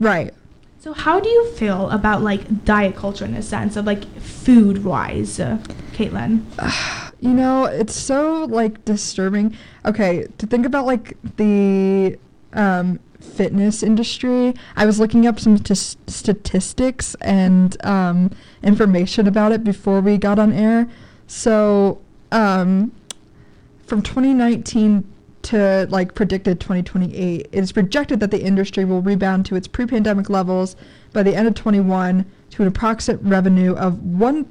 S1: Right.
S2: So how do you feel about like diet culture in a sense of like food wise, uh, Caitlin?
S1: You know, it's so like disturbing. Okay, to think about like the um, fitness industry, I was looking up some t- statistics and um, information about it before we got on air. So, um, from 2019 to like predicted 2028, it is projected that the industry will rebound to its pre-pandemic levels by the end of 21 to an approximate revenue of one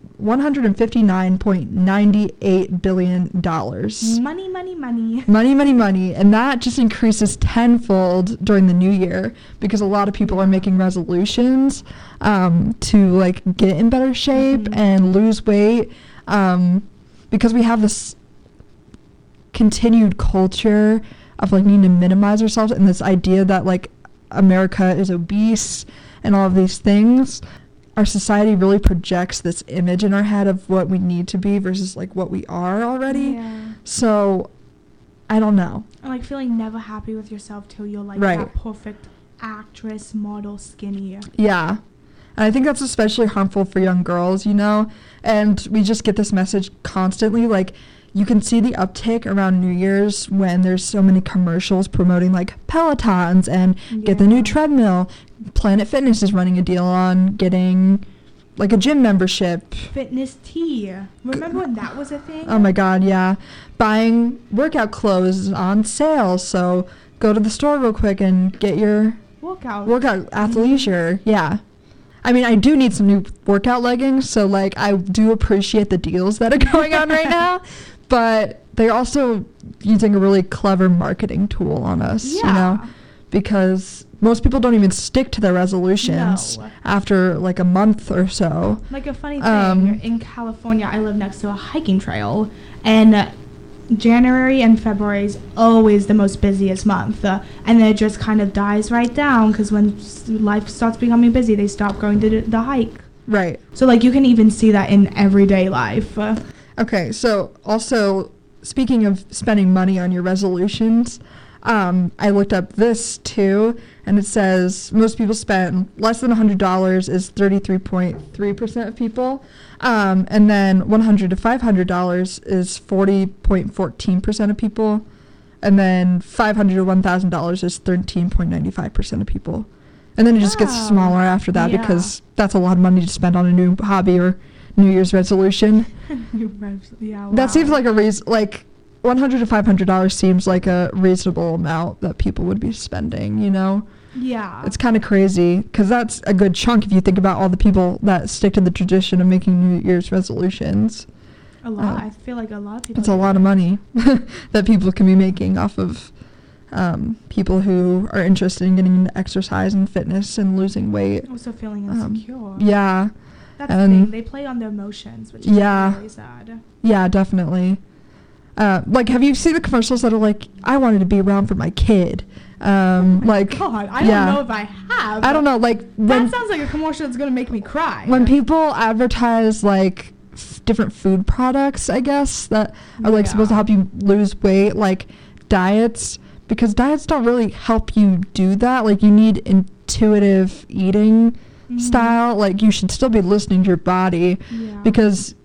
S1: 159.98 billion dollars.
S2: Money, money, money.
S1: Money, money, money, and that just increases tenfold during the new year because a lot of people are making resolutions um, to like get in better shape
S2: Mhm.
S1: and lose weight um, because we have this continued culture of like needing to minimize ourselves and this idea that like America is obese and all of these things. Our society really projects this image in our head of what we need to be versus like what we are already.
S2: Yeah.
S1: So I don't know.
S2: And like feeling never happy with yourself till you're like
S1: Right.
S2: that perfect actress, model, skinny.
S1: Yeah. And I think that's especially harmful for young girls, you know? And we just get this message constantly. Like, you can see the uptick around New Year's when there's so many commercials promoting, like, Pelotons and get the
S2: Yeah.
S1: new treadmill. Planet Fitness is running a deal on getting, like, a gym membership.
S2: Fitness tea. Remember when that was a thing?
S1: Oh my god, yeah. Buying workout clothes on sale. So go to the store real quick and get your
S2: Workout.
S1: Workout athleisure, yeah. I mean, I do need some new workout leggings, so like I do appreciate the deals that are going on right now, but they're also using a really clever marketing tool on us, you know, because most people don't even stick to their resolutions
S2: No.
S1: after like a month or so.
S2: Like a funny thing
S1: Um,
S2: in California, I live next to a hiking trail, and uh, January and February is always the most busiest month, uh, and then it just kind of dies right down because when s- life starts becoming busy, they stop going to the- the hike.
S1: Right.
S2: So like you can even see that in everyday life. Uh,
S1: Okay, so also speaking of spending money on your resolutions, um, I looked up this too, and it says most people spend less than $100 is 33.3% of people, um, and then 100 to $500 is 40.14% of people, and then 500 to $1,000 is 13.95% of people. And then it just gets
S2: Wow.
S1: smaller after that
S2: Yeah.
S1: because that's a lot of money to spend on a new hobby or New Year's resolution.
S2: you revs- yeah, wow.
S1: That seems like a reason. Like one hundred to five hundred dollars seems like a reasonable amount that people would be spending. You know,
S2: yeah.
S1: it's kind of crazy because that's a good chunk if you think about all the people that stick to the tradition of making New Year's resolutions.
S2: a lot.
S1: uh,
S2: I feel like a lot of people.
S1: It's a
S2: do
S1: lot of
S2: that.
S1: money that people can be making off of um, people who are interested in getting into exercise and fitness and losing weight.
S2: Also feeling
S1: Um,
S2: insecure.
S1: Yeah,
S2: That's the
S1: and-
S2: thing. They play on their emotions, which is
S1: Yeah.
S2: really sad.
S1: yeah, definitely. Uh, like, have you seen the commercials that are like, "I wanted to be around for my kid"? Um,
S2: Oh My
S1: like,
S2: God, I
S1: yeah.
S2: don't know if I have.
S1: I don't know, like when
S2: that sounds like a commercial that's gonna make me cry.
S1: when people advertise like f- different food products, I guess that are like supposed to
S2: Yeah.
S1: help you lose weight, like diets, because diets don't really help you do that. Like you need intuitive eating
S2: Mhm.
S1: style. Like you should still be listening to your body,
S2: Mm-hmm. Yeah.
S1: because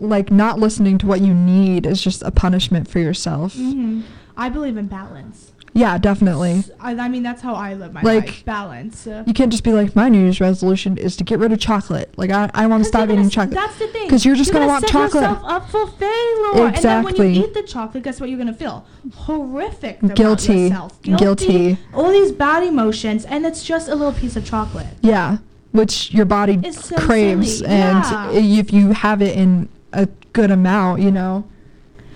S1: like not listening to what you need is just a punishment for yourself.
S2: Mhm. I believe in balance.
S1: Yeah, definitely.
S2: S- I, I mean, that's how I live my
S1: Like,
S2: life. Balance.
S1: You can't just be like, my New Year's resolution is to get rid of chocolate. Like I, I want to stop eating chocolate.
S2: That's the thing.
S1: 'Cause you're just gonna want
S2: set
S1: chocolate.
S2: Yourself up for failure. And then when
S1: Exactly.
S2: you eat the chocolate, guess what? You're gonna feel horrific. about
S1: Guilty.
S2: yourself.
S1: Guilty.
S2: All these bad emotions, and it's just a little piece of chocolate.
S1: Yeah, which your body
S2: It's so
S1: craves,
S2: silly,
S1: and
S2: yeah.
S1: i- if you have it in a good amount, you know.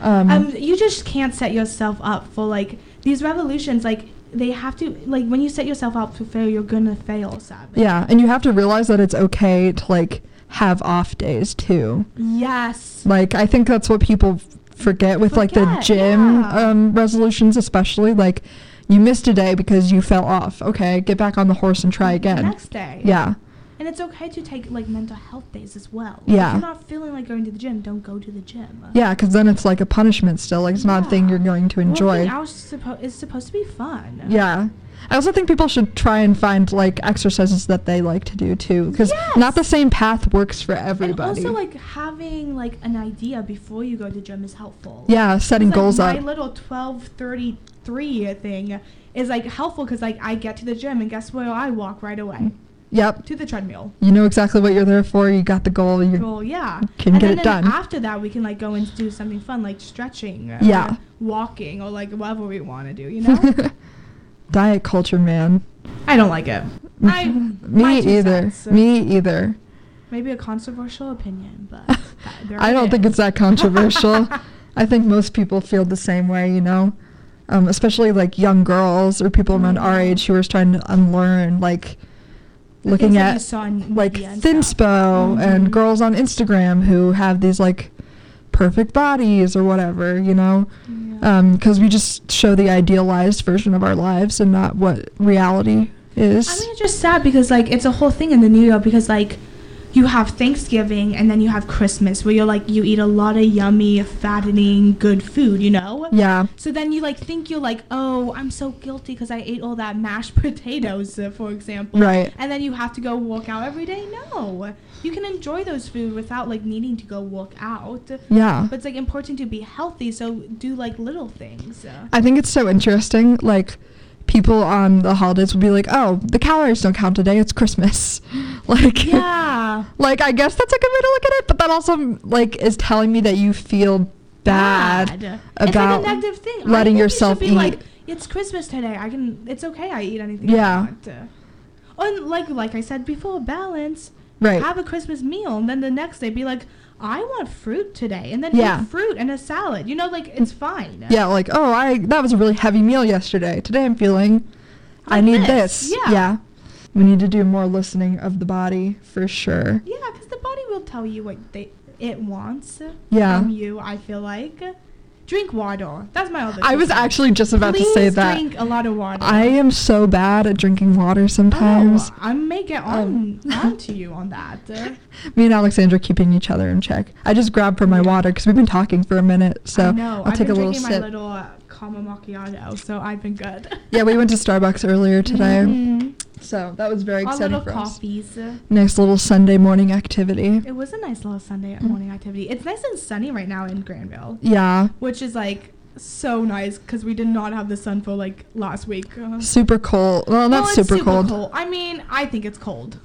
S1: Um,
S2: um, you just can't set yourself up for like these revolutions. Like they have to. Like when you set yourself up to fail, you're gonna fail. Sadly.
S1: yeah, and you have to realize that it's okay to like have off days too.
S2: Yes.
S1: Like I think that's what people f- forget with like the
S2: Forget,
S1: gym
S2: yeah.
S1: um, resolutions, especially like you missed a day because you fell off. Okay, get back on the horse and
S2: Mm,
S1: try again.
S2: Next day.
S1: Yeah,
S2: And it's okay to take like mental health days as well.
S1: Yeah.
S2: If you're not feeling like going to the gym, don't go to the gym.
S1: yeah, because then it's like a punishment still. Like it's not a thing
S2: Yeah.
S1: you're going to
S2: Working
S1: enjoy.
S2: out is suppo- is supposed to be fun.
S1: Yeah. I also think people should try and find like exercises that they like to do too, because not
S2: Yes.
S1: the same path works for everybody.
S2: And also, like having like an idea before you go to gym is helpful.
S1: yeah, setting
S2: It's like
S1: goals
S2: my
S1: up.
S2: little twelve thirty three thing is like helpful because like I get to the gym and guess where I walk right away
S1: Yep,
S2: to the treadmill.
S1: you know exactly what you're there for. You got the goal. You're
S2: Well, yeah.
S1: Mm-hmm. Can
S2: and
S1: get
S2: then,
S1: it
S2: then
S1: done.
S2: after that, we can like go and do something fun like stretching. or
S1: Yeah.
S2: walking or like whatever we want to do. You know.
S1: diet culture, man.
S2: I don't like it. I
S1: Me
S2: my two
S1: either.
S2: cents.
S1: Me either.
S2: Maybe a controversial opinion, but th- there
S1: I
S2: it
S1: don't think
S2: is.
S1: it's that controversial. I think most people feel the same way, you know, um, especially like young girls or people
S2: Mm-hmm.
S1: around our age who are trying to unlearn, like
S2: The
S1: looking
S2: things that you
S1: at
S2: saw in
S1: like
S2: media and
S1: Thinspo
S2: stuff.
S1: and
S2: Mhm.
S1: girls on Instagram who have these like perfect bodies or whatever, you know,
S2: Yeah.
S1: because we just show the idealized version of our lives and not what reality is.
S2: I mean, it's just sad because like it's a whole thing in the New York because like you have Thanksgiving and then you have Christmas where you're like you eat a lot of yummy, fattening, good food, you know.
S1: yeah.
S2: So then you like think you're like, oh, I'm so guilty because I ate all that mashed potatoes, uh, for example.
S1: Right.
S2: And then you have to go walk out every day. No, you can enjoy those food without like needing to go walk out.
S1: Yeah.
S2: But it's like important to be healthy, so do like little things. uh,
S1: I think it's so interesting. Like, people on the holidays will be like, "Oh, the calories don't count today. It's Christmas." Like,
S2: Yeah.
S1: like I guess that's a good way to look at it. But that also like is telling me that you feel bad, about
S2: it's like a negative thing. I
S1: letting
S2: think you should
S1: yourself
S2: be Like,
S1: eat.
S2: it's Christmas today. I can. It's okay. I eat anything.
S1: Yeah.
S2: I want. Uh, And like like I said before, balance.
S1: right?
S2: Have a Christmas meal, and then the next day be like, I want fruit today, and then
S1: Yeah.
S2: eat fruit and a salad. You know, like it's fine.
S1: yeah, like oh, I that was a really heavy meal yesterday. Today I'm feeling, I
S2: Like
S1: need
S2: this,
S1: this.
S2: yeah.
S1: yeah. We need to do more listening of the body for sure.
S2: Yeah, because the body will tell you what they it wants
S1: Yeah.
S2: from you. I feel like drink water. That's my other.
S1: I was
S2: tip.
S1: actually just about
S2: Please
S1: to say that.
S2: drink a lot of water.
S1: I am so bad at drinking water sometimes.
S2: Oh, I may get on
S1: Um.
S2: onto you on that. Uh,
S1: Me and Alexandra keeping each other in check. I just grabbed for my
S2: Yeah.
S1: water because we've been talking for a minute, so
S2: I know.
S1: I'll
S2: have
S1: take a
S2: been
S1: little
S2: drinking
S1: sip.
S2: my little uh, caramel macchiato, so I've been good.
S1: yeah, we went to Starbucks earlier today,
S2: Mhm.
S1: so that was very
S2: Our
S1: exciting
S2: little
S1: for us.
S2: coffees.
S1: Next little Sunday morning activity.
S2: It was a nice little Sunday
S1: Mm.
S2: morning activity. It's nice and sunny right now in Granville,
S1: Yeah,
S2: which is like so nice because we did not have the sun for like last week. Uh,
S1: super cold. Well, not
S2: well, it's
S1: super, cold.
S2: I mean, I think it's cold.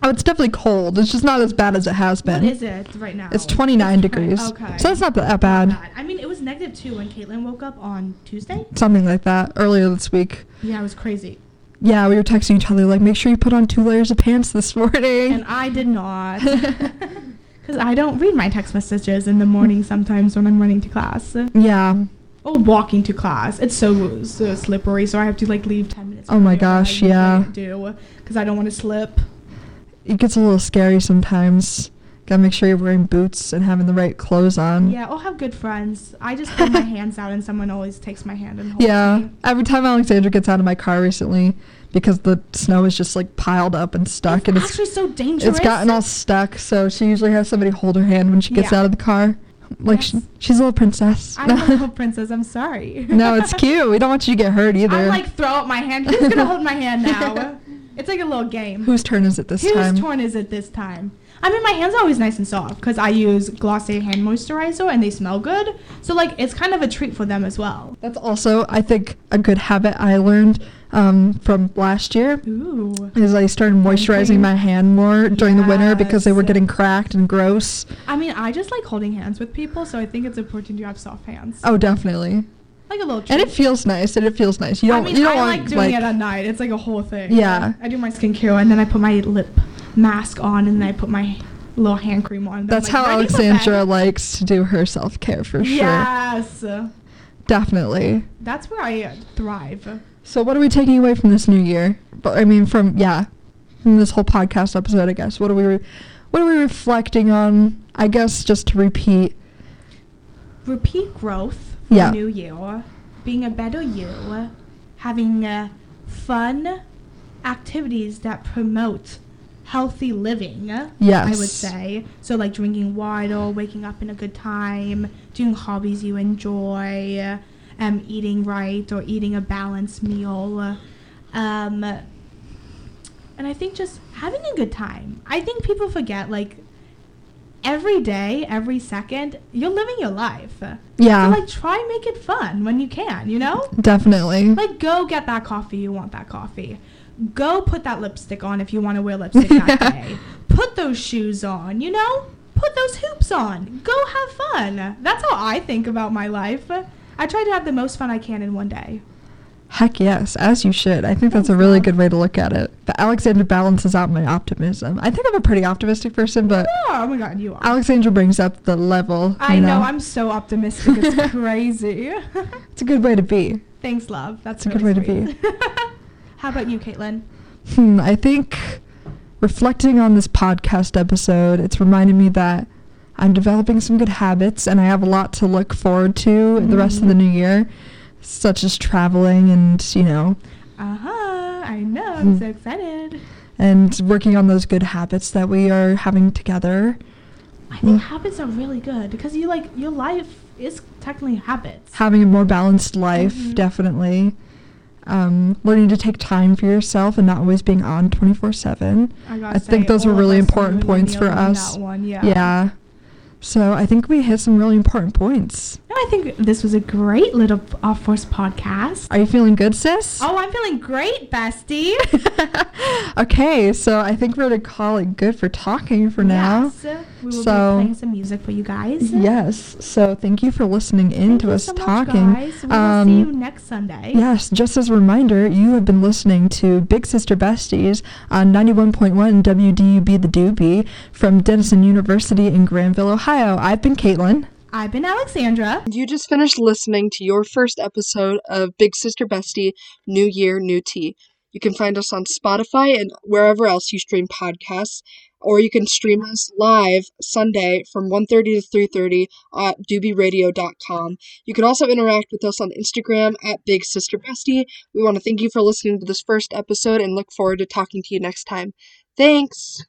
S1: Oh, it's definitely cold. It's just not as bad as it has
S2: What
S1: been.
S2: is it right now?
S1: It's 29
S2: It's twen-
S1: degrees,
S2: Okay.
S1: so that's not that
S2: Not
S1: bad.
S2: bad. I mean, it was negative two when Caitlin woke up on Tuesday.
S1: Something like that earlier this week.
S2: Yeah, it was crazy.
S1: Yeah, we were texting each other like, make sure you put on two layers of pants this morning.
S2: and I did not. Because I don't read my text messages in the morning sometimes when I'm running to class
S1: yeah.
S2: or walking to class. It's so, so slippery, so I have to like leave 10 minutes.
S1: Oh my
S2: earlier than I
S1: gosh,
S2: usually
S1: yeah.
S2: Do because I don't want to slip.
S1: it gets a little scary sometimes. Gotta make sure you're wearing boots and having the right clothes on.
S2: Yeah, I'll have good friends. I just put my hands out and someone always takes my hand and holds
S1: Yeah.
S2: me.
S1: Every time Alexandra gets out of my car recently, because the snow is just like piled up and stuck,
S2: It's
S1: and it's
S2: actually so dangerous.
S1: it's gotten all stuck. So she usually has somebody hold her hand when she gets
S2: Yeah.
S1: out of the car. Like
S2: Yes.
S1: she, she's a little princess.
S2: I'm a little princess. I'm sorry.
S1: no, it's cute. We don't want you to get hurt either.
S2: I'm like throw up my hand. Who's gonna hold my hand now? It's like a little game.
S1: Whose turn is it this
S2: Whose
S1: time?
S2: torn is it this time? I mean, my hands are always nice and soft because I use Glossier hand moisturizer and they smell good. So like, it's kind of a treat for them as well.
S1: That's also, I think, a good habit I learned um, from last year.
S2: Ooh.
S1: is I started moisturizing
S2: cream.
S1: my hand more during the winter because they were
S2: Yes.
S1: getting cracked and gross.
S2: I mean, I just like holding hands with people, so I think it's important to have soft hands.
S1: Oh, definitely.
S2: Like a little treat.
S1: And it feels nice. And it feels nice. You don't.
S2: I mean,
S1: you don't
S2: I
S1: want
S2: like doing it at night. It's like a whole thing.
S1: Yeah.
S2: I do my skincare and then I put my lip mask on and then I put my little hand cream on. and then
S1: that's
S2: I'm,
S1: how
S2: ready for bed.
S1: Alexandra likes to do her self care for sure.
S2: Yes.
S1: Definitely.
S2: That's where I uh, thrive.
S1: So what are we taking away from this new year? But I mean, from yeah, from this whole podcast episode, I guess. What are we? what are we reflecting on? I guess just to repeat.
S2: Repeat growth for
S1: Yeah.
S2: new year, being a better you, having uh, fun activities that promote healthy living. I would
S1: Yes.
S2: say so, like drinking water, waking up in a good time, doing hobbies you enjoy, um, eating right or eating a balanced meal. Um, and I think just having a good time. I think people forget like every day, every second, you're living your life.
S1: Yeah. Mm-hmm.
S2: So, like try make it fun when you can, you know?
S1: Definitely.
S2: Like go get that coffee you want that coffee. Go put that lipstick on if you want to wear lipstick that day. Put those shoes on, you know? Put those hoops on. Go have fun. That's how I think about my life. I try to have the most fun I can in one day.
S1: Heck yes, as you should. I think that's a
S2: Thanks,
S1: really
S2: Mom.
S1: good way to look at it. But Alexandra balances out my optimism. I think I'm a pretty optimistic person, but
S2: Oh, oh my god, you are.
S1: Alexandra brings up the level.
S2: I
S1: you
S2: know, I'm so optimistic. It's crazy.
S1: It's a good way to be.
S2: Thanks, love. That's
S1: It's a good
S2: really
S1: way to
S2: sweet. How about you, Caitlin?
S1: Hmm, I think reflecting on this podcast episode, it's reminded me that I'm developing some good habits and I have a lot to look forward to the rest of the
S2: Mhm.
S1: new year, such as traveling and, you know,
S2: Uh huh. I know. I'm
S1: Hmm.
S2: so excited.
S1: and working on those good habits that we are having together.
S2: I think
S1: Mm.
S2: habits are really good because you like your life is technically habits.
S1: Having a more balanced life,
S2: Mhm.
S1: definitely. Um, learning to take time for yourself and not always being on 24 7.
S2: I, gotta
S1: I think
S2: say,
S1: those were
S2: all of
S1: really
S2: us
S1: important
S2: knew we
S1: points for
S2: nailed on
S1: us.
S2: That one, yeah.
S1: Yeah. So I think we hit some really important points.
S2: No, I think this was a great little off force podcast.
S1: Are you feeling good, sis?
S2: Oh, I'm feeling great, bestie.
S1: okay, so I think we're gonna call it good for talking for now.
S2: Yes. We will
S1: So-
S2: be playing some music for you guys.
S1: Yes. So thank you for listening in
S2: Thank
S1: to
S2: you
S1: us
S2: so much,
S1: talking. Um,
S2: guys. We will see you next Sunday.
S1: Yes, just as a reminder, you have been listening to Big Sister Besties on 91.1 WDUB The Doobie from Denison University in Granville, Ohio. I've been Caitlin.
S2: I've been Alexandra.
S3: You just finished listening to your first episode of Big Sister Bestie New Year, New Tea. You can find us on Spotify and wherever else you stream podcasts, or you can stream us live Sunday from 1.30 to 3.30 at doobieradio.com. You can also interact with us on Instagram at Big Sister Bestie. We want to thank you for listening to this first episode and look forward to talking to you next time. Thanks!